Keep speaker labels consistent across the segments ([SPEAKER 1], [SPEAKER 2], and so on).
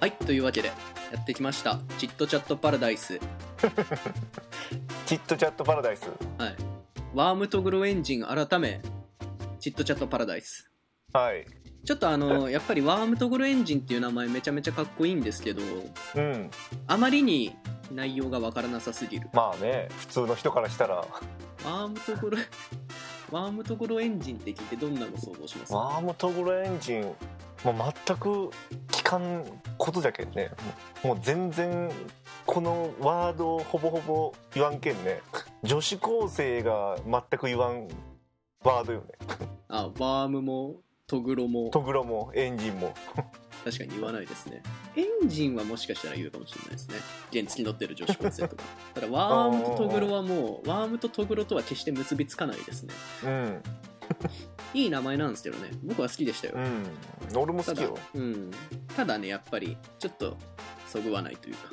[SPEAKER 1] はいというわけでやってきましたチットチャットパラダイス
[SPEAKER 2] チットチャットパラダイス
[SPEAKER 1] はいワームとグロエンジン改めチットチャットパラダイス
[SPEAKER 2] はい
[SPEAKER 1] ちょっとあのやっぱりワームとグロエンジンっていう名前めちゃめちゃかっこいいんですけど
[SPEAKER 2] うん
[SPEAKER 1] あまりに内容がわからなさすぎる
[SPEAKER 2] まあね普通の人からしたら
[SPEAKER 1] ワームとグロワームとグロエンジンって聞いてどんなの想像します
[SPEAKER 2] ワームトグロエンジンもう全く聞かんことじゃけんねもう全然このワードをほぼほぼ言わんけんね女子高生が全く言わんワードよね
[SPEAKER 1] あワームもトグロも
[SPEAKER 2] トグロもエンジンも
[SPEAKER 1] 確かに言わないですねエンジンはもしかしたら言うかもしれないですね原付き乗ってる女子高生 とかただワームとトグロはもうワームとトグロとは決して結びつかないですね
[SPEAKER 2] うん
[SPEAKER 1] いい名前なんですけどね僕は好きでしたよ、
[SPEAKER 2] うん俺も
[SPEAKER 1] た
[SPEAKER 2] 好き
[SPEAKER 1] だ
[SPEAKER 2] よ、
[SPEAKER 1] うん、ただねやっぱりちょっとそぐわないというか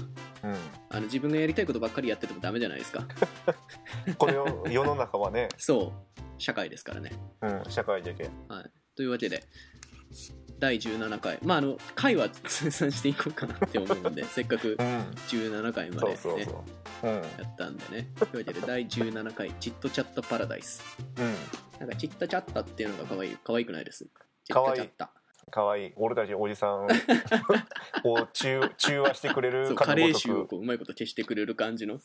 [SPEAKER 2] う
[SPEAKER 1] あの自分がやりたいことばっかりやっててもダメじゃない ですか
[SPEAKER 2] ん、これを世の中はね、
[SPEAKER 1] そう社会ですからね
[SPEAKER 2] うん、社会じゃけん
[SPEAKER 1] はい、というわけで第17回まああの回は通算していこうかなって思うんでせっかく
[SPEAKER 2] うん
[SPEAKER 1] 17回まで
[SPEAKER 2] そ
[SPEAKER 1] ね
[SPEAKER 2] うそうそうう
[SPEAKER 1] や
[SPEAKER 2] ん
[SPEAKER 1] ったんでねというわけで第17回「チットチャットパラダイス
[SPEAKER 2] うん」
[SPEAKER 1] なんか「チットチャッタ」っていうのが可愛い可愛くないですチッ
[SPEAKER 2] 可
[SPEAKER 1] ト
[SPEAKER 2] 愛
[SPEAKER 1] チ
[SPEAKER 2] い
[SPEAKER 1] ャッタ
[SPEAKER 2] 可愛い俺たちおじ さんを中中和してくれ
[SPEAKER 1] そ
[SPEAKER 2] る
[SPEAKER 1] う
[SPEAKER 2] か
[SPEAKER 1] カ
[SPEAKER 2] の
[SPEAKER 1] レ
[SPEAKER 2] ご
[SPEAKER 1] ー
[SPEAKER 2] と
[SPEAKER 1] 臭を
[SPEAKER 2] く
[SPEAKER 1] こううまいこと消してくれる感じの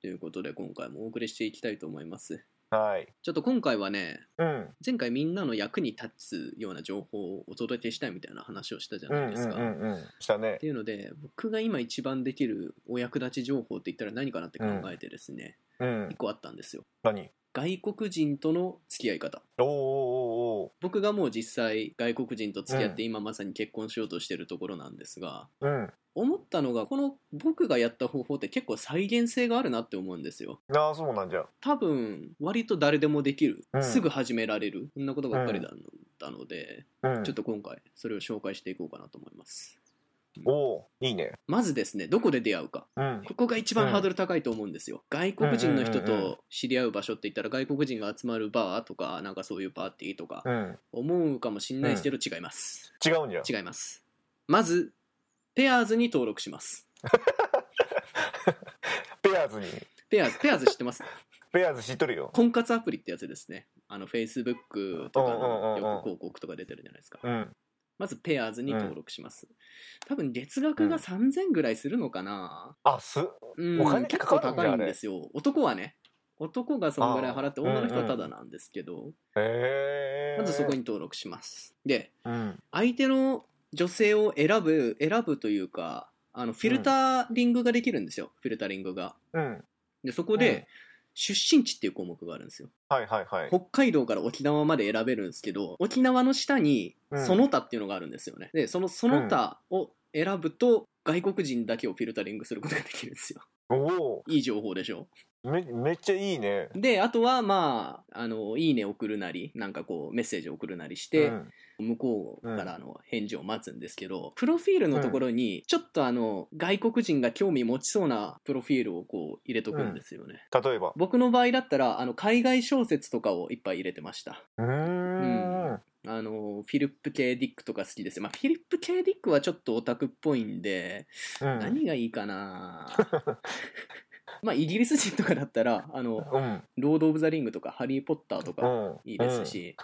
[SPEAKER 1] ということで今回もお送りしていきたいと思います
[SPEAKER 2] はい
[SPEAKER 1] ちょっと今回はね
[SPEAKER 2] うん
[SPEAKER 1] 前回みんなの役に立つような情報をお届けしたいみたいな話をしたじゃ
[SPEAKER 2] うん
[SPEAKER 1] ないで
[SPEAKER 2] う
[SPEAKER 1] す
[SPEAKER 2] ん
[SPEAKER 1] か、
[SPEAKER 2] うんうんしたね
[SPEAKER 1] っていうので僕が今一番できるお役立ち情報って言ったら何かなって考えてですね、
[SPEAKER 2] うん
[SPEAKER 1] 一個あったんですよ
[SPEAKER 2] 何
[SPEAKER 1] 外国人との付き合い方
[SPEAKER 2] おーお
[SPEAKER 1] 僕がもう実際外国人と付き合って今まさに結婚しようとしてるところなんですが、
[SPEAKER 2] ーおーおー
[SPEAKER 1] 思ったのがこの僕がやった方法って結構再現性があるなって思うんですよ
[SPEAKER 2] うんああそうなんじゃ
[SPEAKER 1] 多分割と誰でもできる、
[SPEAKER 2] うん
[SPEAKER 1] すぐ始められるこんなことばっかりだったので、
[SPEAKER 2] うん
[SPEAKER 1] ちょっと今回それを紹介していこうかなと思います
[SPEAKER 2] おおーいいね
[SPEAKER 1] まずですねどこで出会うか
[SPEAKER 2] うん
[SPEAKER 1] ここが一番ハードル高いと思うんですよ、外国人の人と知り合う場所って言ったら外国人が集まるバーとかなんかそういうパーティーとか
[SPEAKER 2] うん
[SPEAKER 1] 思うかもしんないですけど違います、
[SPEAKER 2] 違うんじゃ
[SPEAKER 1] 違いますまずペアーズに登録します
[SPEAKER 2] ペアーズに
[SPEAKER 1] ペアーズペアーズ知って ます
[SPEAKER 2] ペアーズ知っとるよ
[SPEAKER 1] 婚活アプリってやつですねあの Facebook とかの
[SPEAKER 2] うんうんうんうん
[SPEAKER 1] よく広告とか出てるじゃないですか
[SPEAKER 2] うん
[SPEAKER 1] まずペアーズに登録します、多分月額が3000ぐらいするのかな、
[SPEAKER 2] あす
[SPEAKER 1] うん、
[SPEAKER 2] お金
[SPEAKER 1] 結
[SPEAKER 2] か
[SPEAKER 1] 構
[SPEAKER 2] かるんじゃ
[SPEAKER 1] 高いんですよ男はね男がそのぐらい払って
[SPEAKER 2] あー
[SPEAKER 1] 女の人は
[SPEAKER 2] うんう
[SPEAKER 1] た
[SPEAKER 2] ん
[SPEAKER 1] だなんですけど、
[SPEAKER 2] へえ
[SPEAKER 1] まずそこに登録しますで
[SPEAKER 2] うん
[SPEAKER 1] 相手の女性を選ぶ選ぶというかあのフィルタリングができるんですよ、フィルタリングが
[SPEAKER 2] うん
[SPEAKER 1] でそこ
[SPEAKER 2] うん
[SPEAKER 1] で出身地っていう項目があるんですよ
[SPEAKER 2] はいはいはい
[SPEAKER 1] 北海道から沖縄まで選べるんですけど沖縄の下に
[SPEAKER 2] うん
[SPEAKER 1] その他っていうのがあるんですよねでそのその他を選ぶと外国人だけをフィルタリングすることができるんですよ
[SPEAKER 2] お
[SPEAKER 1] いい情報でしょ
[SPEAKER 2] おめめっちゃいいね
[SPEAKER 1] であとはまああの「いいね」送るなりなんかこうメッセージ送るなりして、
[SPEAKER 2] うん
[SPEAKER 1] 向こうからあの返事を待つんですけど、プロフィールのところにちょっとあの外国人が興味持ちそうなプロフィールをこう入れとくんですよね、
[SPEAKER 2] 例えば
[SPEAKER 1] 僕の場合だったらあの海外小説とかをいっぱい入れてました
[SPEAKER 2] うー
[SPEAKER 1] うんあのフィリップ・ケイ・ディックとか好きですまあフィリップ・ケイ・ディックはちょっとオタクっぽいんで、
[SPEAKER 2] うん
[SPEAKER 1] 何がいいかな まあイギリス人とかだったらあの
[SPEAKER 2] うん
[SPEAKER 1] 「ロード・オブ・ザ・リング」とか「ハリー・ポッター」とか
[SPEAKER 2] うん
[SPEAKER 1] いいですし、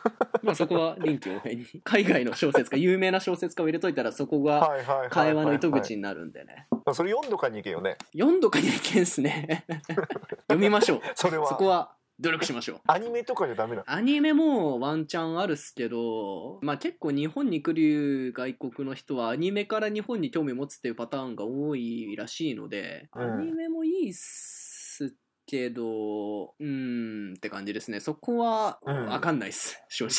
[SPEAKER 1] まあそこは臨機応 変に海外の小説家有名な小説家を入れといたらそこ
[SPEAKER 2] うん
[SPEAKER 1] が
[SPEAKER 2] はいはいはいはいはい
[SPEAKER 1] 会話の糸口になるんでね
[SPEAKER 2] それ読んどかに行けよね
[SPEAKER 1] 読んどかにはいけんっすね 読みましょう
[SPEAKER 2] それは
[SPEAKER 1] そこは努力しましょう
[SPEAKER 2] アニメとかじゃダメな
[SPEAKER 1] アニメもワンチャンあるっすけど、まあ、結構日本に来る外国の人はアニメから日本に興味持つっていうパターンが多いらしいので、
[SPEAKER 2] うん
[SPEAKER 1] アニメもいいっすけどうーんって感じですねそこは
[SPEAKER 2] うん
[SPEAKER 1] 分かんないっす、正直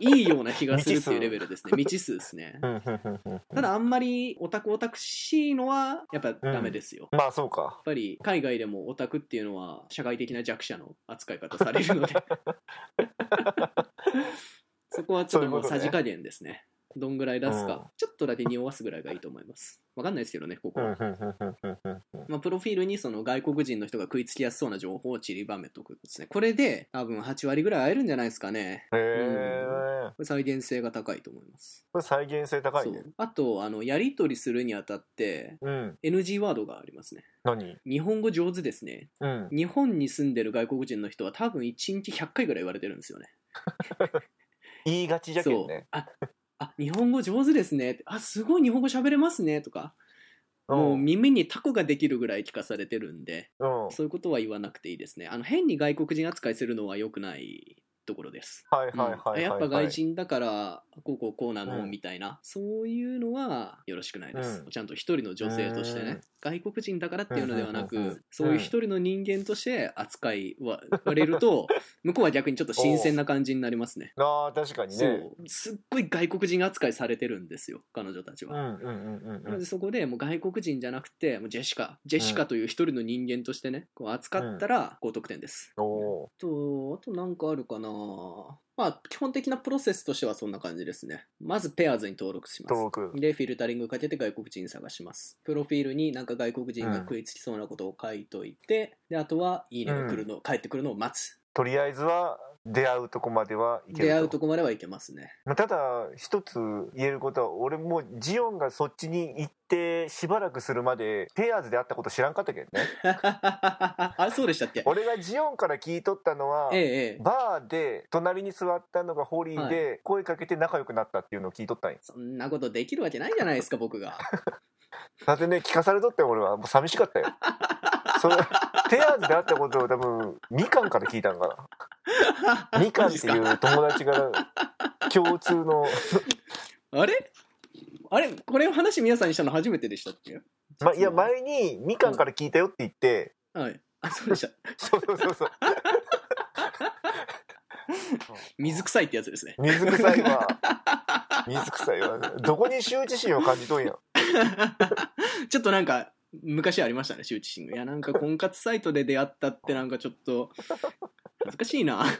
[SPEAKER 1] いいような気がするっていうレベルですね未知数ですね
[SPEAKER 2] うんうんうんう
[SPEAKER 1] た
[SPEAKER 2] ん
[SPEAKER 1] だあんまりオタクオタクしいのはやっぱダメですよ、
[SPEAKER 2] まあそうか
[SPEAKER 1] やっぱり海外でもオタクっていうのは社会的な弱者の扱い方され るのでそこはちょっともう
[SPEAKER 2] そう
[SPEAKER 1] さ
[SPEAKER 2] いうことね
[SPEAKER 1] じ加減ですねどんぐらい出すか、
[SPEAKER 2] うん
[SPEAKER 1] ちょっとだけ匂わすぐらいがいいと思いますわかんないですけどねここ
[SPEAKER 2] うん
[SPEAKER 1] は、
[SPEAKER 2] うんうんうんうんうんうん
[SPEAKER 1] まあ、プロフィールにその外国人の人が食いつきやすそうな情報を散りばめとくんですねこれで多分8割ぐらい会えるんじゃないですかね
[SPEAKER 2] へえ
[SPEAKER 1] これ再現性が高いと思います、
[SPEAKER 2] これ再現性高い
[SPEAKER 1] そ
[SPEAKER 2] ね
[SPEAKER 1] うあとあのやり取りするにあたって
[SPEAKER 2] うん
[SPEAKER 1] NG ワードがありますね
[SPEAKER 2] 何
[SPEAKER 1] 日本語上手ですね
[SPEAKER 2] うん
[SPEAKER 1] 日本に住んでる外国人の人は多分1日100回ぐらい言われてるんですよね
[SPEAKER 2] 言いがちじゃけ
[SPEAKER 1] そ
[SPEAKER 2] ん
[SPEAKER 1] う
[SPEAKER 2] ね
[SPEAKER 1] ああ日本語上手ですねあすごい日本語喋れますねとかもう
[SPEAKER 2] うん
[SPEAKER 1] 耳にタコができるぐらい聞かされてるんで
[SPEAKER 2] うん
[SPEAKER 1] そういうことは言わなくていいですねあの変に外国人扱いするのは良くないところです、
[SPEAKER 2] はい
[SPEAKER 1] うん
[SPEAKER 2] はいはいはいはい
[SPEAKER 1] やっぱ外人だからこうこうこうなのみたいな、そういうのはよろしくないです、
[SPEAKER 2] うん
[SPEAKER 1] ちゃんと一人の女性として
[SPEAKER 2] う
[SPEAKER 1] ね
[SPEAKER 2] ん
[SPEAKER 1] 外国人だからっていうのではなく、
[SPEAKER 2] うんうんうんうん
[SPEAKER 1] そういう一人の人間として扱いは われると向こうは逆にちょっと新鮮な感じになりますね
[SPEAKER 2] あー確かに
[SPEAKER 1] そ
[SPEAKER 2] ね
[SPEAKER 1] うすっごい外国人扱いされてるんですよ彼女たち
[SPEAKER 2] う
[SPEAKER 1] は。
[SPEAKER 2] んうんうんうん
[SPEAKER 1] な
[SPEAKER 2] う
[SPEAKER 1] の
[SPEAKER 2] ん
[SPEAKER 1] でそこでもう外国人じゃなくてもうジェシカジェシカという一人の人間としてねこう扱ったら高得点です。
[SPEAKER 2] おお
[SPEAKER 1] とあと何かあるかなまあ基本的なプロセスとしてはそんな感じですね。まずペアーズに登録し
[SPEAKER 2] ー
[SPEAKER 1] ます。
[SPEAKER 2] 登録
[SPEAKER 1] でフィルタリングかけて外国人探しますプロフィールになんか外国人が食いつきそうなことを書いといて、であとはいいねが来るの、帰ってくるのを待つ
[SPEAKER 2] とりあえずは出会うとこまではいける
[SPEAKER 1] 出会うとこまではいけますね
[SPEAKER 2] まあ、ただ一つ言えることは俺もうジオンがそっちに行ってしばらくするまでペアーズで会ったこと知らん かったけどね
[SPEAKER 1] あそうでしたっ け
[SPEAKER 2] 俺がジオンから聞いとったのは、
[SPEAKER 1] ええええ
[SPEAKER 2] バーで隣に座ったのがホリーで声かけて仲良くなったっていうのを聞いとったんや、
[SPEAKER 1] そんなことできるわけないじゃないですか僕が
[SPEAKER 2] だってね聞かされとって俺はもう寂しかったよそれペアーズで会ったことを多分みかんから聞いたんか なみかんってい
[SPEAKER 1] マジっす
[SPEAKER 2] う友達から共通の
[SPEAKER 1] かあれあれこれを話皆さんにしたの初めてでしたっけ
[SPEAKER 2] まあいや前にみかんから聞いたよって言って、
[SPEAKER 1] はいあそうでした
[SPEAKER 2] そうそうそうそう。
[SPEAKER 1] 水臭いってやつですね
[SPEAKER 2] 水臭いわ。水臭いわ。どこに羞恥心を感じとんや。
[SPEAKER 1] ちょっとなんか昔ありましたね羞恥心がいやなんか婚活サイトで出会ったってなんかちょっと恥ずかしいな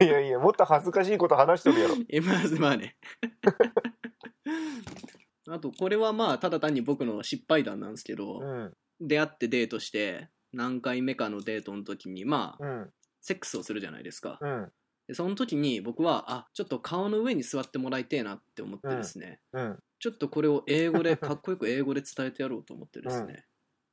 [SPEAKER 2] いやいや、もっと恥ずかしいこと話しとるやろ。
[SPEAKER 1] えまあまあね あとこれはまあただ単に僕の失敗談なんですけど、
[SPEAKER 2] うん、
[SPEAKER 1] 出会ってデートして何回目かのデートの時にまあ、
[SPEAKER 2] うん、
[SPEAKER 1] セックスをするじゃないですか、
[SPEAKER 2] うん、
[SPEAKER 1] でその時に僕はあちょっと顔の上に座ってもらいてえなって思ってですね、
[SPEAKER 2] うん。
[SPEAKER 1] ちょっとこれを英語でかっこよく英語で伝えてやろうと思ってですね、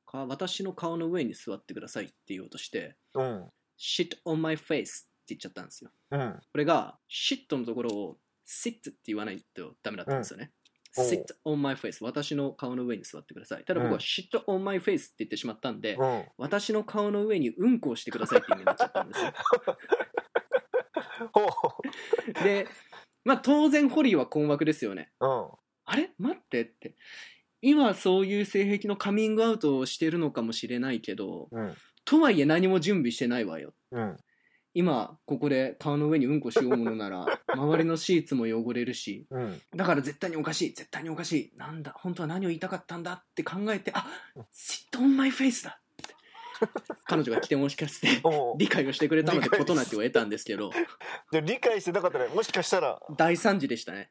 [SPEAKER 1] か私の顔の上に座ってくださいって言おうとして
[SPEAKER 2] うん、
[SPEAKER 1] 「shit on my face」って言っちゃったんですよ
[SPEAKER 2] うん、
[SPEAKER 1] これが「shit」のところを「sit」って言わないとダメだったんですよね、
[SPEAKER 2] うんおう
[SPEAKER 1] sit on my face 私の顔の上に座ってくださいただ僕
[SPEAKER 2] う
[SPEAKER 1] は「
[SPEAKER 2] ん
[SPEAKER 1] shit on my face」って言ってしまったんで、
[SPEAKER 2] うん。
[SPEAKER 1] 私の顔の上にうんこをしてくださいって意味になっちゃったんですよ
[SPEAKER 2] ほ
[SPEAKER 1] で、まあ、当然ホリーは困惑ですよね。
[SPEAKER 2] う。うん。
[SPEAKER 1] あれ待ってって。今そういう性癖のカミングアウトをしてるのかもしれないけど、
[SPEAKER 2] うん、
[SPEAKER 1] とはいえ何も準備してないわよ。
[SPEAKER 2] うん、
[SPEAKER 1] 今ここで顔の上にうんこしようものなら周りのシーツも汚れるし
[SPEAKER 2] うん。
[SPEAKER 1] だから絶対におかしい絶対におかしいなんだ本当は何を言いたかったんだって考えてあシットオンマイフェイスだって彼女が来てもしかして
[SPEAKER 2] おう
[SPEAKER 1] 理解をしてくれたので
[SPEAKER 2] 理解です
[SPEAKER 1] 事なきを得たんですけど
[SPEAKER 2] で理解してなかったら、もしかしたら。
[SPEAKER 1] 大惨事でしたね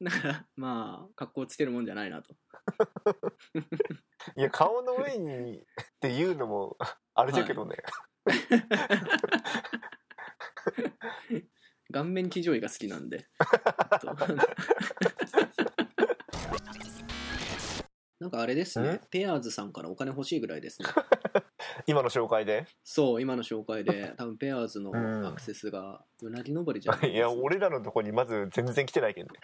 [SPEAKER 1] だからまあ格好つけるもんじゃないなと
[SPEAKER 2] いや、顔の上に。っていうのも。あれじゃけどね。
[SPEAKER 1] 顔面騎乗位が好きなんで となんかあれですねペアーズさんからお金欲しいぐらい ですね
[SPEAKER 2] 今の紹介で。
[SPEAKER 1] そう今の紹介で多分ペアーズの
[SPEAKER 2] うん
[SPEAKER 1] アクセスがうなぎ登りじゃない
[SPEAKER 2] いや、俺らのとこに、まず全然来てないけどね。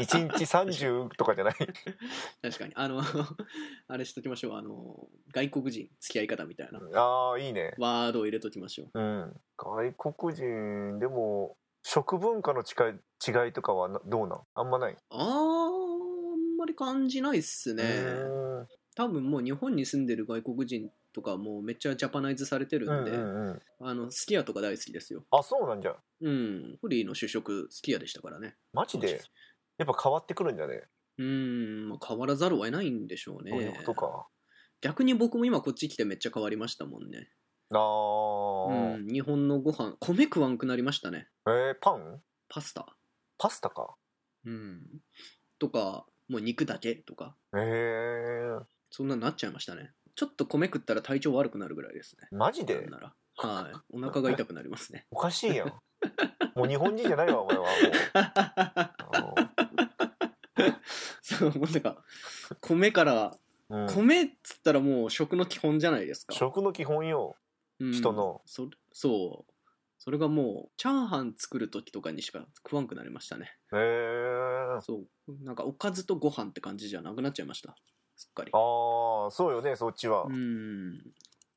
[SPEAKER 2] 一日三十とかじゃない。
[SPEAKER 1] 確かにあの あれしときましょうあの外国人付き合い方みたいな
[SPEAKER 2] ああ、いいね。
[SPEAKER 1] ワードを入れときましょう
[SPEAKER 2] うん、外国人でも食文化の違い違いとかはなどうなんあんまない
[SPEAKER 1] あーあんまり感じないっすね
[SPEAKER 2] うん
[SPEAKER 1] 多分もう日本に住んでる外国人とかもうめっちゃジャパナイズされて
[SPEAKER 2] う
[SPEAKER 1] るん
[SPEAKER 2] ん
[SPEAKER 1] で、
[SPEAKER 2] うんうん
[SPEAKER 1] あのスキヤとか大好きですよ
[SPEAKER 2] あそうなんじゃ
[SPEAKER 1] うんホリーの主食スキヤでしたからね
[SPEAKER 2] マジでやっぱ変わってくるんじゃね
[SPEAKER 1] うんまあ変わらざるを得ないんでしょう
[SPEAKER 2] そういう
[SPEAKER 1] ね
[SPEAKER 2] ことか
[SPEAKER 1] 逆に僕も今こっち来てめっちゃ変わりましたもんね
[SPEAKER 2] ああ、
[SPEAKER 1] うん、日本のご飯米食わんくなりましたね
[SPEAKER 2] えー、パン
[SPEAKER 1] パスタ
[SPEAKER 2] パスタか
[SPEAKER 1] うんとかもう肉だけとか
[SPEAKER 2] えー、
[SPEAKER 1] そんなになっちゃいましたねちょっと米食ったら体調悪くなるぐらいですね
[SPEAKER 2] マジ
[SPEAKER 1] なん
[SPEAKER 2] で
[SPEAKER 1] ならはいお腹が痛くなりますね
[SPEAKER 2] おかしい やんもう日本人じゃないわお 前はもう
[SPEAKER 1] そうまさか米から
[SPEAKER 2] あの、うん、
[SPEAKER 1] 米っつったらもう食の基本じゃないですか
[SPEAKER 2] 食の基本よ
[SPEAKER 1] うん
[SPEAKER 2] 人の
[SPEAKER 1] そそうそれがもうチャーハン作る時とかにしか食わんくなりましたね
[SPEAKER 2] えー、
[SPEAKER 1] そうなんかおかずとご飯って感じじゃなくなっちゃいましたすっかり
[SPEAKER 2] ああそうよねそっちは、
[SPEAKER 1] うん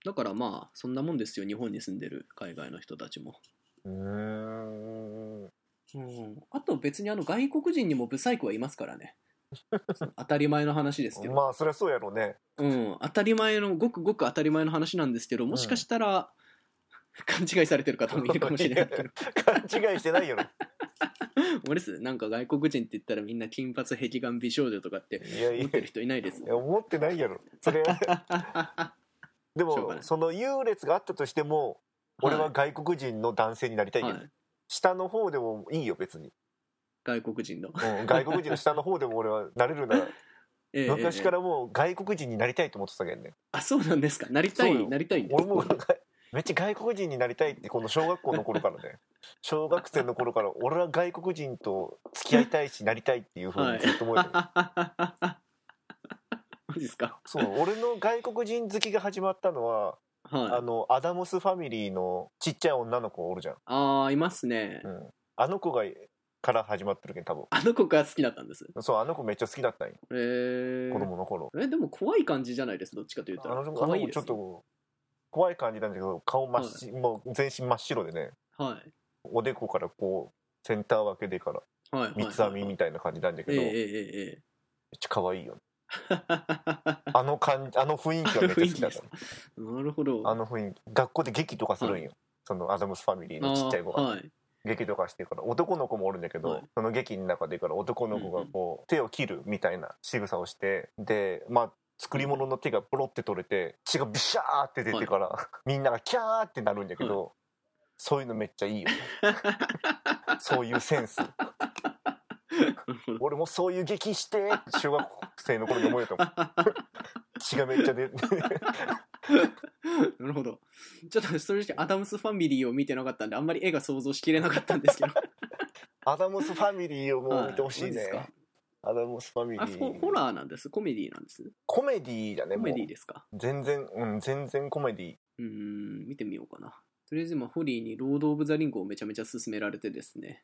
[SPEAKER 1] だからまあそんなもんですよ日本に住んでる海外の人たちも、
[SPEAKER 2] うーん
[SPEAKER 1] あと別にあの外国人にもブサイクはいますから ねその当たり前の話ですけど、
[SPEAKER 2] まあそりゃそうやろうね
[SPEAKER 1] うん、当たり前のごくごく当たり前の話なんですけどもしかしたら、 勘違いされてる方もいるかもし れないけど
[SPEAKER 2] 勘違いしてないよね
[SPEAKER 1] 俺ですなんか外国人って言ったらみんな金髪壁眼美少女とかって
[SPEAKER 2] いやい や
[SPEAKER 1] 思ってる人いないで
[SPEAKER 2] い
[SPEAKER 1] す
[SPEAKER 2] や思って ないやろそれで
[SPEAKER 1] しょうが
[SPEAKER 2] も
[SPEAKER 1] ない
[SPEAKER 2] その優劣があったとしても俺は外国人の男性になりたいけど、
[SPEAKER 1] はい
[SPEAKER 2] 下の方でもいいよ別に、
[SPEAKER 1] 外国人の、
[SPEAKER 2] うん、外国人の下の方でも俺はなれるなら
[SPEAKER 1] ええ
[SPEAKER 2] 昔からもう外国人になりたいと思ってたけどね
[SPEAKER 1] あそうなんですかなりた
[SPEAKER 2] そう
[SPEAKER 1] い
[SPEAKER 2] よ
[SPEAKER 1] なりたいんです
[SPEAKER 2] 俺も めっちゃ外国人になりたいってこの小学校の頃からね小学生の頃から俺は外国人と付き合いたいしなりたいっていうふうにずっと思えてる、
[SPEAKER 1] マジですか
[SPEAKER 2] そう俺の外国人好きが始まったのはあ
[SPEAKER 1] はい
[SPEAKER 2] のアダムスファミリーのちっちゃい女の子おるじゃん、
[SPEAKER 1] ああいますね、
[SPEAKER 2] うん、あの子がから始まってるけん多分
[SPEAKER 1] あの子が好きだったんです
[SPEAKER 2] そうあの子めっちゃ好きだったんよ
[SPEAKER 1] えー、
[SPEAKER 2] 子供の頃
[SPEAKER 1] えでも怖い感じじゃないですどっちかという
[SPEAKER 2] あ
[SPEAKER 1] と
[SPEAKER 2] の
[SPEAKER 1] 可
[SPEAKER 2] あの
[SPEAKER 1] 愛い
[SPEAKER 2] 子
[SPEAKER 1] で
[SPEAKER 2] ち
[SPEAKER 1] す
[SPEAKER 2] ょっと怖い感じなんだけど顔真っし、もう全身真っ白でね
[SPEAKER 1] はい
[SPEAKER 2] おでこからこうセンター分けでから
[SPEAKER 1] はいはい
[SPEAKER 2] 三つ編みみたいな感じなんだけ
[SPEAKER 1] え
[SPEAKER 2] ど、
[SPEAKER 1] ええ
[SPEAKER 2] めっ
[SPEAKER 1] えええ
[SPEAKER 2] ちゃ可愛いよねあの感 じあの雰囲気がめっちゃ好きだった
[SPEAKER 1] なるほど
[SPEAKER 2] あの雰囲気学校で劇とかするんよ、そのアダムスファミリーのちっちゃい子
[SPEAKER 1] あー
[SPEAKER 2] が
[SPEAKER 1] はい
[SPEAKER 2] 劇とかしてるから男の子もおるんだけど、
[SPEAKER 1] はい
[SPEAKER 2] その劇の中でから男の子がこう手を切るみたいな仕草をしてでまあ作り物の手がポロって取れて血がビシャーって出てから、 みんながキャーってなるんだけど、そういうのめっちゃいい よねそういうセンス
[SPEAKER 1] なるほど
[SPEAKER 2] 俺もそういう劇して小学生の頃に思えた もん血がめっちゃ出る
[SPEAKER 1] なるほどちょっとそれじゃアダムスファミリーを見てなかったんであんまり絵が想像しきれなかったんです けど
[SPEAKER 2] アダムスファミリーをも
[SPEAKER 1] は
[SPEAKER 2] う見てほしい
[SPEAKER 1] マジ
[SPEAKER 2] ね
[SPEAKER 1] です、か
[SPEAKER 2] アダムスファミリ
[SPEAKER 1] あホホ
[SPEAKER 2] ー
[SPEAKER 1] ラーなんですコメディなんです
[SPEAKER 2] コメディーだね
[SPEAKER 1] コ
[SPEAKER 2] もう
[SPEAKER 1] メディですか
[SPEAKER 2] 全然うん全然コメディー
[SPEAKER 1] うーん見てみようかなとりあえず今ホリーに「ロード・オブ・ザ・リング」をめちゃめちゃ勧められてですね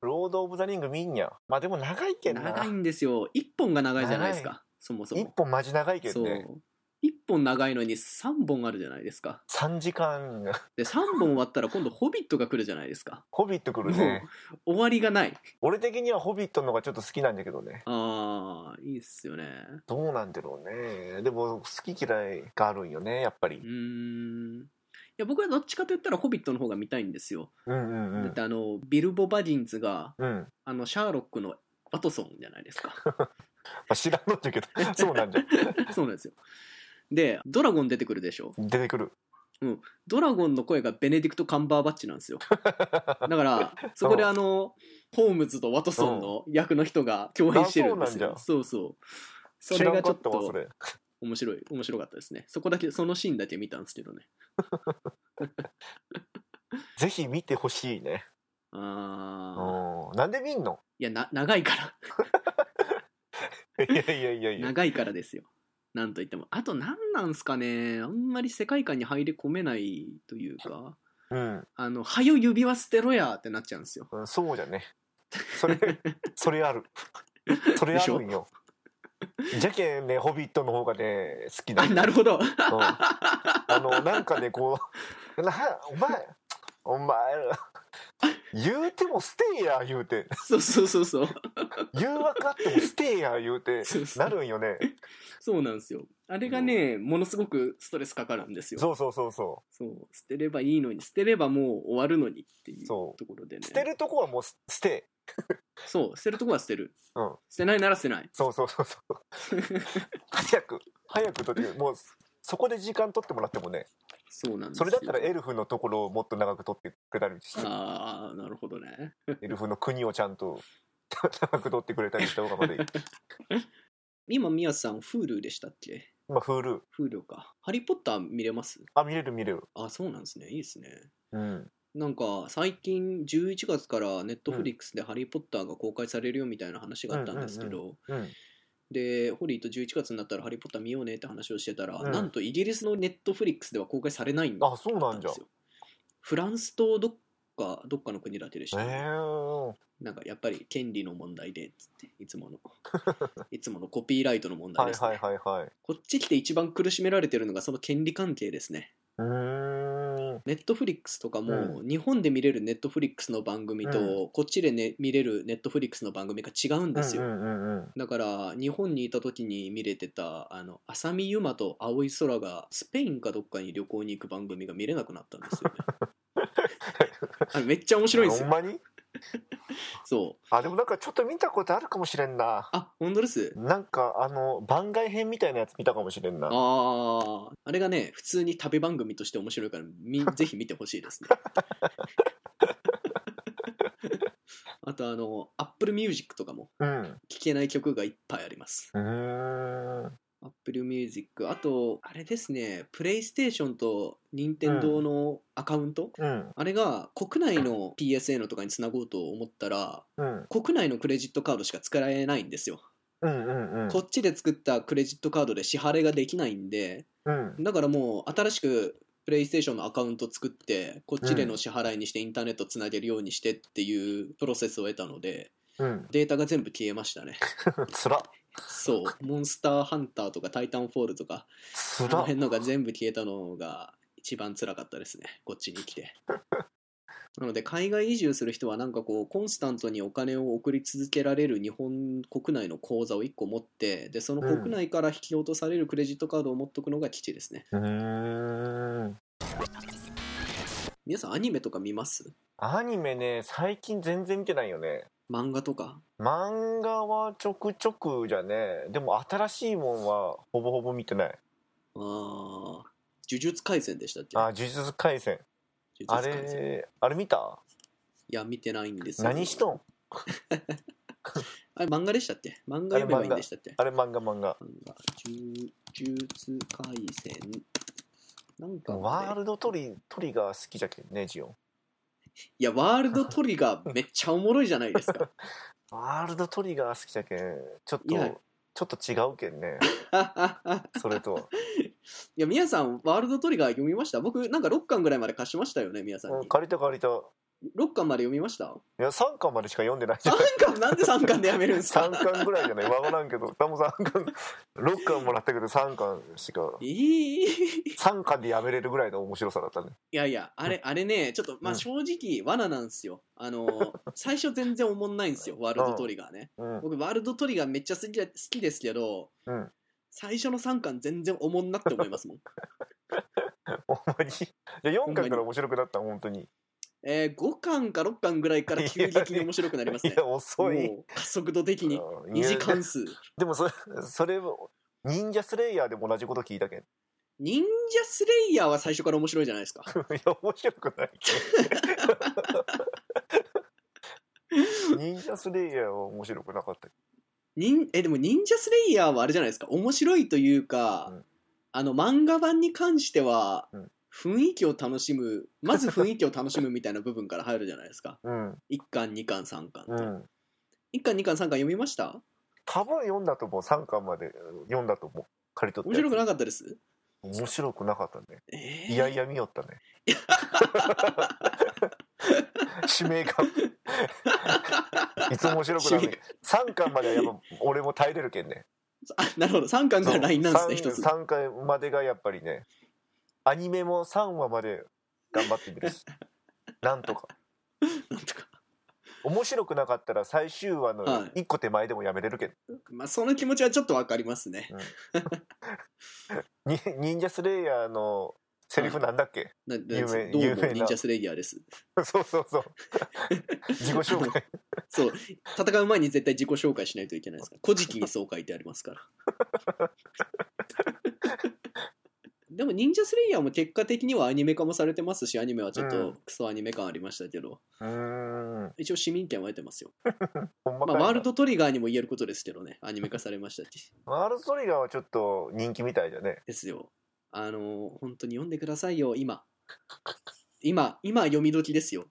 [SPEAKER 2] ロード・オブ・ザ・リング見んにゃまあでも長いけんな
[SPEAKER 1] 長いんですよ一本が長いじゃないですかそもそ
[SPEAKER 2] 一
[SPEAKER 1] も
[SPEAKER 2] 本マジ長いけ
[SPEAKER 1] そ
[SPEAKER 2] どね
[SPEAKER 1] う一本長いのに3本あるじゃないですか
[SPEAKER 2] 3時間
[SPEAKER 1] で3本割ったら今度「ホビット」が来るじゃないですか
[SPEAKER 2] ホビット来るね
[SPEAKER 1] 終わりがない
[SPEAKER 2] 俺的にはホビットの方がちょっと好きなんだけどね
[SPEAKER 1] あーいいっすよね
[SPEAKER 2] どうなんだろうねでも好き嫌いがあるんよねやっぱ
[SPEAKER 1] う
[SPEAKER 2] り
[SPEAKER 1] ーんいや僕はどっちかと言ったら「ホビット」の方が見たいんですよ、
[SPEAKER 2] うんう
[SPEAKER 1] だ
[SPEAKER 2] んう
[SPEAKER 1] っ
[SPEAKER 2] ん
[SPEAKER 1] てあのビルボ・バディンズが
[SPEAKER 2] うん、
[SPEAKER 1] あのシャーロックのワトソンじゃない ですか
[SPEAKER 2] まあ、知らんのだけど そうなんじゃ
[SPEAKER 1] そうなんですよ。で、ドラゴン出てくるでしょ。
[SPEAKER 2] 出てくる
[SPEAKER 1] ドラゴンの声がベネディクト・カンバーバッチなん ですよ。だから、そこであの、ホームズとワトソンの役の人が共演してるんですよ。
[SPEAKER 2] あ
[SPEAKER 1] そうそうそ
[SPEAKER 2] 知
[SPEAKER 1] れ
[SPEAKER 2] らん
[SPEAKER 1] がち
[SPEAKER 2] か
[SPEAKER 1] ょ
[SPEAKER 2] っ
[SPEAKER 1] った
[SPEAKER 2] わそ
[SPEAKER 1] と
[SPEAKER 2] れ
[SPEAKER 1] 面白い、面白かったですね。そこだけ、そのシーンだけ見たんですけどね。
[SPEAKER 2] ぜひ見てほしいね
[SPEAKER 1] あー
[SPEAKER 2] うんなんで見んの
[SPEAKER 1] いや、な、長いから。
[SPEAKER 2] いやいやいやいや
[SPEAKER 1] 長いからですよ。なんといっても。あと何なんすかね。あんまり世界観に入り込めないというか、
[SPEAKER 2] うん
[SPEAKER 1] あの、はよ指輪捨てろやってなっちゃうんですよ。
[SPEAKER 2] うんそうじゃねそれそれあるそれあるんよじゃけんね「ホビット」の方がね好きな
[SPEAKER 1] あ、
[SPEAKER 2] の
[SPEAKER 1] なるほど。
[SPEAKER 2] うんあのなんかねこう「なお前お前言うても捨てえや」言うて
[SPEAKER 1] そうそうそうそう。
[SPEAKER 2] 「言う分かっても捨てえや」言うて
[SPEAKER 1] そうそう
[SPEAKER 2] なるんよね
[SPEAKER 1] そうなんですよ。あれがね、ものすごくストレスかかるんですよ。
[SPEAKER 2] そうそうそうそ
[SPEAKER 1] そう。捨てればいいのに、捨てればもう終わるのにっていう
[SPEAKER 2] そ
[SPEAKER 1] と
[SPEAKER 2] う
[SPEAKER 1] ころでね。
[SPEAKER 2] う捨てるとこはもう捨て
[SPEAKER 1] そう、捨てるとこは捨てる。
[SPEAKER 2] うん
[SPEAKER 1] 捨てないなら捨てない。
[SPEAKER 2] そうそうそうそう早く早くとってもうそこで時間取ってもらってもね
[SPEAKER 1] そうなんです
[SPEAKER 2] そ
[SPEAKER 1] よ
[SPEAKER 2] れだったらエルフのところをもっと長く取ってくれたりして
[SPEAKER 1] ああなるほどね
[SPEAKER 2] エルフの国をちゃんと 長く取ってくれたりした方がまだい い
[SPEAKER 1] 今みやさん Hulu でしたっけ
[SPEAKER 2] まあ Hulu
[SPEAKER 1] Hulu かハリー・ポッター見れます
[SPEAKER 2] あ見れる見れる
[SPEAKER 1] あそうなんですねいいですね
[SPEAKER 2] うん
[SPEAKER 1] なんか最近11月からネットフリックスで「ハリー・ポッター」が公開されるよみたいな話があったんですけど、
[SPEAKER 2] うん
[SPEAKER 1] でホリーと11月になったら「ハリー・ポッター」見ようねって話をしてたら、
[SPEAKER 2] うん
[SPEAKER 1] なんとイギリスのネットフリックスでは公開されないんだ
[SPEAKER 2] あそうなんじゃ
[SPEAKER 1] ですよフランスとどっかどっかの国だけでしたね、
[SPEAKER 2] えー、
[SPEAKER 1] なんかやっぱり権利の問題でっつっていつものいつものコピーライトの問題
[SPEAKER 2] はい
[SPEAKER 1] ですね、
[SPEAKER 2] はいはいはい
[SPEAKER 1] こっち来て一番苦しめられてるのがその権利関係ですね
[SPEAKER 2] うーん
[SPEAKER 1] ネットフリックスとかも日本で見れるネットフリックスの番組とこっちで、ね、見れるネットフリックスの番組が違うんですよ、
[SPEAKER 2] うんうんうんうん
[SPEAKER 1] だから日本にいた時に見れてたあの浅見ゆまと青い空がスペインかどっかに旅行に行く番組が見れなくなったんですよねあれめっちゃ面白いんです
[SPEAKER 2] ほん
[SPEAKER 1] よ
[SPEAKER 2] まに
[SPEAKER 1] そう
[SPEAKER 2] あでもなんかちょっと見たことあるかもしれんな
[SPEAKER 1] あ本当です
[SPEAKER 2] なんかあの番外編みたいなやつ見たかもしれんな
[SPEAKER 1] あああれがね普通に旅番組として面白いから みぜひ見てほしいですねあとあの Apple Music とかも
[SPEAKER 2] うん
[SPEAKER 1] 聴けない曲がいっぱいあります
[SPEAKER 2] うーん
[SPEAKER 1] Apple Music あとあれですね PlayStation と任天堂のアカウント、
[SPEAKER 2] うん
[SPEAKER 1] あれが国内の PSN とかにつなごうと思ったら
[SPEAKER 2] うん
[SPEAKER 1] 国内のクレジットカードしか使えないんですよ、
[SPEAKER 2] うんうんうん
[SPEAKER 1] こっちで作ったクレジットカードで支払いができないんで
[SPEAKER 2] うん
[SPEAKER 1] だからもう新しくプレイステーションのアカウント作ってこっちでの支払いにしてインターネットつなげるようにしてっていうプロセスを得たので
[SPEAKER 2] うん
[SPEAKER 1] データが全部消えましたね
[SPEAKER 2] つら
[SPEAKER 1] そうモンスターハンターとかタイタンフォールとかあ
[SPEAKER 2] つ
[SPEAKER 1] の
[SPEAKER 2] ら
[SPEAKER 1] 辺のが全部消えたのが一番辛かったですねこっちに来てなので海外移住する人はなんかこうコンスタントにお金を送り続けられる日本国内の口座を1個持ってでその国内から引き落とされるクレジットカードを持っとくのが基地ですね、
[SPEAKER 2] うーん
[SPEAKER 1] 皆さんアニメとか見ます
[SPEAKER 2] アニメね最近全然見てないよね
[SPEAKER 1] 漫画とか
[SPEAKER 2] 漫画はちょくちょくじゃねでも新しいもんはほぼほぼ見てない
[SPEAKER 1] あー呪術廻戦でしたっけ
[SPEAKER 2] あ呪術廻戦あ
[SPEAKER 1] 呪術廻戦
[SPEAKER 2] れあれ見た
[SPEAKER 1] いや見てないんですよ
[SPEAKER 2] 何しとん
[SPEAKER 1] あれ漫画でしたっけ漫画読めばいいんでしたっけ
[SPEAKER 2] あれ漫画漫画
[SPEAKER 1] 漫画呪術廻戦なんかね、
[SPEAKER 2] ワールドトリトリガー好きじゃけんねジオン
[SPEAKER 1] いやワールドトリガーめっちゃおもろいじゃないですか
[SPEAKER 2] ワールドトリガー好きじゃけんちょっ
[SPEAKER 1] いや
[SPEAKER 2] とちょっと違うけんねそれ と
[SPEAKER 1] いや皆さんワールドトリガー読みました僕なんか6巻ぐらいまで貸しましたよね皆さん
[SPEAKER 2] うん
[SPEAKER 1] に
[SPEAKER 2] 借りた借りたい
[SPEAKER 1] 6巻まで読みました
[SPEAKER 2] や3巻までしか読んでな いじゃん
[SPEAKER 1] 3巻なんで3巻でやめるんです
[SPEAKER 2] 3
[SPEAKER 1] か
[SPEAKER 2] 巻ぐらいじゃないわからんけど多分3巻6巻もらったけど3巻しか
[SPEAKER 1] いい
[SPEAKER 2] 3巻でやめれるぐらいの面白さだったね
[SPEAKER 1] いやいやあれあれねちょっとま
[SPEAKER 2] う
[SPEAKER 1] あ
[SPEAKER 2] ん
[SPEAKER 1] 正直罠なんですよあ の最初全然おもんないんですよワールドトリガーね
[SPEAKER 2] うん
[SPEAKER 1] 僕ワールドトリガーめっちゃ好きだ好きですけど、
[SPEAKER 2] うん
[SPEAKER 1] 最初の3巻全然おもんなって思います もん
[SPEAKER 2] ほんまにいや
[SPEAKER 1] ほん
[SPEAKER 2] 4
[SPEAKER 1] まに
[SPEAKER 2] 巻から面白くなった本当に
[SPEAKER 1] えー、5巻か6巻ぐらいから急激に面白くなります
[SPEAKER 2] い
[SPEAKER 1] ね
[SPEAKER 2] や遅い
[SPEAKER 1] もう加速度的に
[SPEAKER 2] うん
[SPEAKER 1] 二次
[SPEAKER 2] いや
[SPEAKER 1] 関数
[SPEAKER 2] でもそれそれを忍者スレイヤーでも同じこと聞いたけん い
[SPEAKER 1] 忍者スレイヤーは最初から面白いじゃないですか
[SPEAKER 2] や面白くない 忍者スレイヤーは面白くなかった
[SPEAKER 1] 忍えでも忍者スレイヤーはあれじゃないですか面白いというか、
[SPEAKER 2] うん
[SPEAKER 1] あの漫画版に関しては、
[SPEAKER 2] うん
[SPEAKER 1] 雰囲気を楽しむまず雰囲気を楽しむみたいな部分から入るじゃないですか
[SPEAKER 2] うん
[SPEAKER 1] 1巻2巻3巻と、
[SPEAKER 2] うん
[SPEAKER 1] 1巻2巻3巻読みました
[SPEAKER 2] 多分読んだと思う3巻まで読んだと思う借り取っ
[SPEAKER 1] 面
[SPEAKER 2] たやつ
[SPEAKER 1] 白くなかったです
[SPEAKER 2] 面白くなかったね
[SPEAKER 1] えー
[SPEAKER 2] いやいや見よったね 使命感いつも面白くな
[SPEAKER 1] 使
[SPEAKER 2] る
[SPEAKER 1] 命
[SPEAKER 2] 3巻まではやっぱ俺も耐えれるけんね
[SPEAKER 1] あ なるほど3巻がラインなんですね一つ
[SPEAKER 2] 3, 回までがやっぱりねアニメも3話まで頑張って みるしなんとか
[SPEAKER 1] なんとか
[SPEAKER 2] 面白くなかったら最終話の
[SPEAKER 1] はい
[SPEAKER 2] 1個手前でもやめれるけん、
[SPEAKER 1] まあその気持ちはちょっとわかりますね
[SPEAKER 2] に忍者スレイヤーのセリフなんだっけ、
[SPEAKER 1] なな
[SPEAKER 2] 有名
[SPEAKER 1] どう
[SPEAKER 2] 有
[SPEAKER 1] も
[SPEAKER 2] 名な
[SPEAKER 1] 忍者スレイヤーです
[SPEAKER 2] そうそう そう自己紹介
[SPEAKER 1] そう戦う前に絶対自己紹介しないといけない ですから「古事記」にそう書いてありますからでも忍者スレイヤーも結果的にはアニメ化もされてますしアニメはちょっ
[SPEAKER 2] う
[SPEAKER 1] と
[SPEAKER 2] ん
[SPEAKER 1] クソアニメ感ありましたけど、
[SPEAKER 2] うーん
[SPEAKER 1] 一応市民権は得てますよ、
[SPEAKER 2] ほん
[SPEAKER 1] ま
[SPEAKER 2] まか
[SPEAKER 1] あ、
[SPEAKER 2] いな
[SPEAKER 1] ワールドトリガーにも言えることですけどねアニメ化されましたし
[SPEAKER 2] ワールドトリガーはちょっと人気みたいだね
[SPEAKER 1] ですよあのー本当に読んでくださいよ今今今読み時ですよ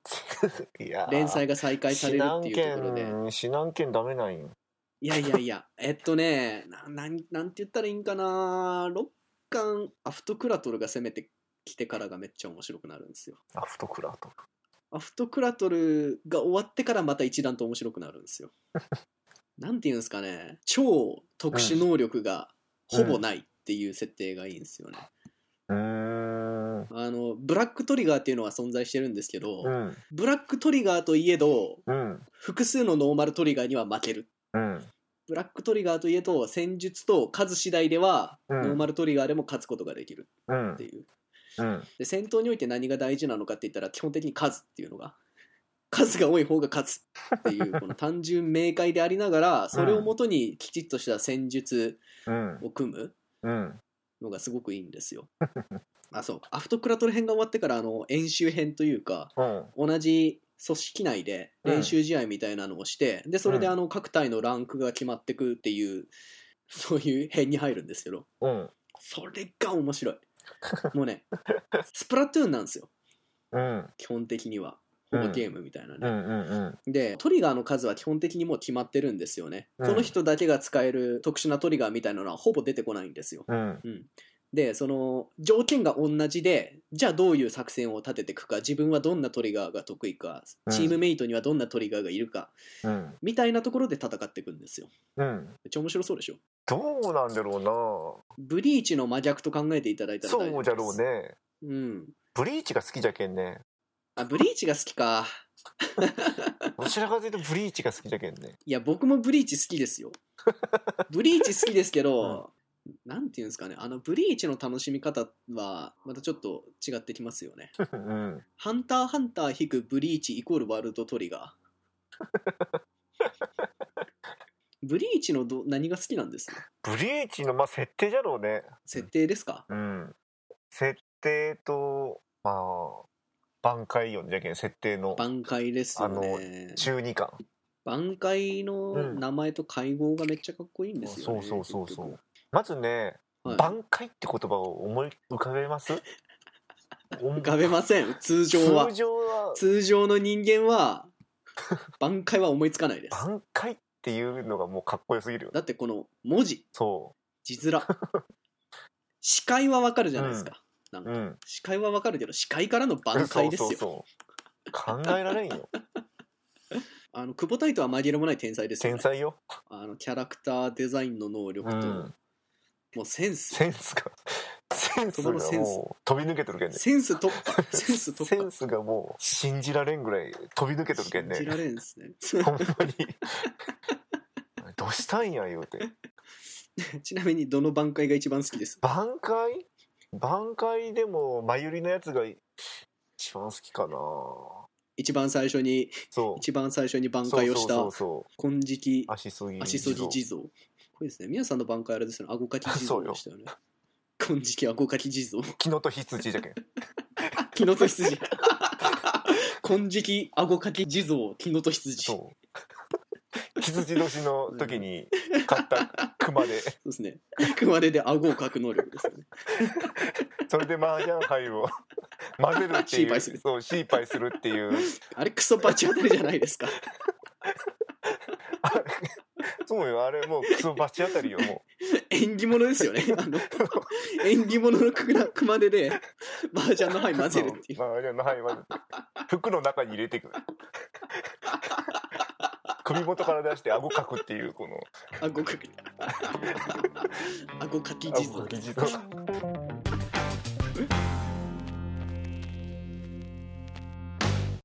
[SPEAKER 2] いやー
[SPEAKER 1] 連載が再開されるっていうところで
[SPEAKER 2] 指南剣指南剣ダメなんよ
[SPEAKER 1] いやいやいや、えっとね、ななんなんて言ったらいいんかな、6巻、アフトクラトルが攻めてきてからがめっちゃ面白くなるんですよ。
[SPEAKER 2] アフトクラと
[SPEAKER 1] アフトクラトルが終わってからまた一段と面白くなるんですよ。なんて言うんですかね、超特殊能力がほぼないっていう設定がいいんですよね。
[SPEAKER 2] うーん
[SPEAKER 1] あの、ブラックトリガーっていうのは存在してるんですけど、
[SPEAKER 2] うん
[SPEAKER 1] ブラックトリガーといえど、
[SPEAKER 2] うん
[SPEAKER 1] 複数のノーマルトリガーには負ける
[SPEAKER 2] うん
[SPEAKER 1] ブラックトリガーといえど戦術と数次第では、
[SPEAKER 2] うん
[SPEAKER 1] ノーマルトリガーでも勝つことができる
[SPEAKER 2] うん
[SPEAKER 1] っていう
[SPEAKER 2] うん
[SPEAKER 1] で戦闘において何が大事なのかって言ったら基本的に数っていうのが数が多い方が勝つっていうこの単純明快でありながらそれをもとにきちっとした戦術
[SPEAKER 2] うん
[SPEAKER 1] を組む
[SPEAKER 2] うん
[SPEAKER 1] のがすごくいいんですよ。あそうアフトクラトル編が終わってからあの演習編というか
[SPEAKER 2] うん
[SPEAKER 1] 同じ組織内で練習試合みたいなのをして、でそれで
[SPEAKER 2] うん
[SPEAKER 1] あの各隊のランクが決まってくっていうそういう編に入るんですけど
[SPEAKER 2] うん
[SPEAKER 1] それが面 白いもうねスプラトゥーンなんですよ
[SPEAKER 2] うん
[SPEAKER 1] 基本的には
[SPEAKER 2] う
[SPEAKER 1] ほ
[SPEAKER 2] ん
[SPEAKER 1] ぼゲームみたいな
[SPEAKER 2] う
[SPEAKER 1] ね、
[SPEAKER 2] んうん
[SPEAKER 1] でトリガーの数は基本的にもう決まってるんですよね、
[SPEAKER 2] うん
[SPEAKER 1] この人だけが使える特殊なトリガーみたいなのはほぼ出てこないんですよ
[SPEAKER 2] うん
[SPEAKER 1] でその条件が同じでじゃあどういう作戦を立てていくか自分はどんなトリガーが得意か
[SPEAKER 2] うん
[SPEAKER 1] チームメイトにはどんなトリガーがいるか、
[SPEAKER 2] うん
[SPEAKER 1] みたいなところで戦っていくんですよ
[SPEAKER 2] うん
[SPEAKER 1] めっちゃ面白そうでしょ
[SPEAKER 2] どうなんだろ
[SPEAKER 1] ブリーチの真逆と考えていただいうた
[SPEAKER 2] な
[SPEAKER 1] ら大丈夫です
[SPEAKER 2] そうじゃろうね
[SPEAKER 1] うん
[SPEAKER 2] ブリーチが好きじゃけんね
[SPEAKER 1] あブリーチが好きか
[SPEAKER 2] どちらかというとブリーチが好きじゃけんね
[SPEAKER 1] いや僕もブリーチ好きです よブリーチ好きですけど、なんていうんですかねあのブリーチの楽しみ方はまたちょっと違ってきますよね
[SPEAKER 2] うん
[SPEAKER 1] ハンターハンター引くブリーチイコールワールドトリガ ーブリーチのど何が好きなんです
[SPEAKER 2] ブリーチのまあ設定じゃろうね
[SPEAKER 1] 設定ですか
[SPEAKER 2] うん設定とまあ挽回音じゃけん設定の
[SPEAKER 1] 挽回ですよね
[SPEAKER 2] 中二感
[SPEAKER 1] 挽回の名前と会合がめっちゃかっこいいんですよ、
[SPEAKER 2] そう
[SPEAKER 1] ね
[SPEAKER 2] そうそうそ
[SPEAKER 1] 結
[SPEAKER 2] うまずね
[SPEAKER 1] 局はい
[SPEAKER 2] 挽回って言葉を思い浮か べます
[SPEAKER 1] 浮かべません通
[SPEAKER 2] 通
[SPEAKER 1] 常は
[SPEAKER 2] 常は
[SPEAKER 1] 通常の人間 は挽回は思いつかないです
[SPEAKER 2] 挽回っていうのがもうかっこよすぎるよね
[SPEAKER 1] だってこの文字
[SPEAKER 2] そ
[SPEAKER 1] 字 面視界はわかるじゃないですか、
[SPEAKER 2] ううん
[SPEAKER 1] 視界はわかるけど視界からの挽回ですよ
[SPEAKER 2] そうそうそう考えられんよ
[SPEAKER 1] あの久保太とは紛れもない天才ですよ、ね、
[SPEAKER 2] 繊細よ
[SPEAKER 1] あのキャラクターデザインの能力
[SPEAKER 2] う
[SPEAKER 1] と、
[SPEAKER 2] ん
[SPEAKER 1] もうセンス
[SPEAKER 2] センスがセンス
[SPEAKER 1] 言葉
[SPEAKER 2] が
[SPEAKER 1] のセンス
[SPEAKER 2] もう飛び抜けてるけんね
[SPEAKER 1] センス突 破センス突
[SPEAKER 2] セ
[SPEAKER 1] 破
[SPEAKER 2] ンスがもう信じられんぐらい飛び抜けてるけん
[SPEAKER 1] 信じ
[SPEAKER 2] ね
[SPEAKER 1] られんですね
[SPEAKER 2] ほんまにどうしたんや言うて
[SPEAKER 1] ちなみにどの挽回が一番好きです
[SPEAKER 2] 挽回挽回でも真由りのやつが一番好きかな
[SPEAKER 1] 一番最初に
[SPEAKER 2] そう
[SPEAKER 1] 一番最初に挽回をした
[SPEAKER 2] そうそうそう
[SPEAKER 1] 金色
[SPEAKER 2] そう足そぎ
[SPEAKER 1] 足そぎ地蔵これですね皆さんの挽回あれですよね顎かき地蔵でしたよね金色顎かき地蔵
[SPEAKER 2] 昨日と羊じゃけん
[SPEAKER 1] 木のと羊 金色顎かき地蔵木のと羊そう
[SPEAKER 2] そう羊年の時に買った熊で
[SPEAKER 1] ですね熊手で顎をかく能力ですよね
[SPEAKER 2] それで麻雀牌 を混ぜるってい
[SPEAKER 1] シーパイする
[SPEAKER 2] うそうシーパイするっていう
[SPEAKER 1] あれクソバチ当たりじゃないですか
[SPEAKER 2] そうよあれもうクソバチ当たりよも
[SPEAKER 1] 縁起物ですよねあの縁起物のくら熊手で麻雀の
[SPEAKER 2] う
[SPEAKER 1] 牌混ぜるっていう
[SPEAKER 2] そう麻雀の牌混ぜて服の中に入れていく 首元から出して顎かくっ ていうこの
[SPEAKER 1] 顎かき顎かき地蔵
[SPEAKER 2] 顎かき地蔵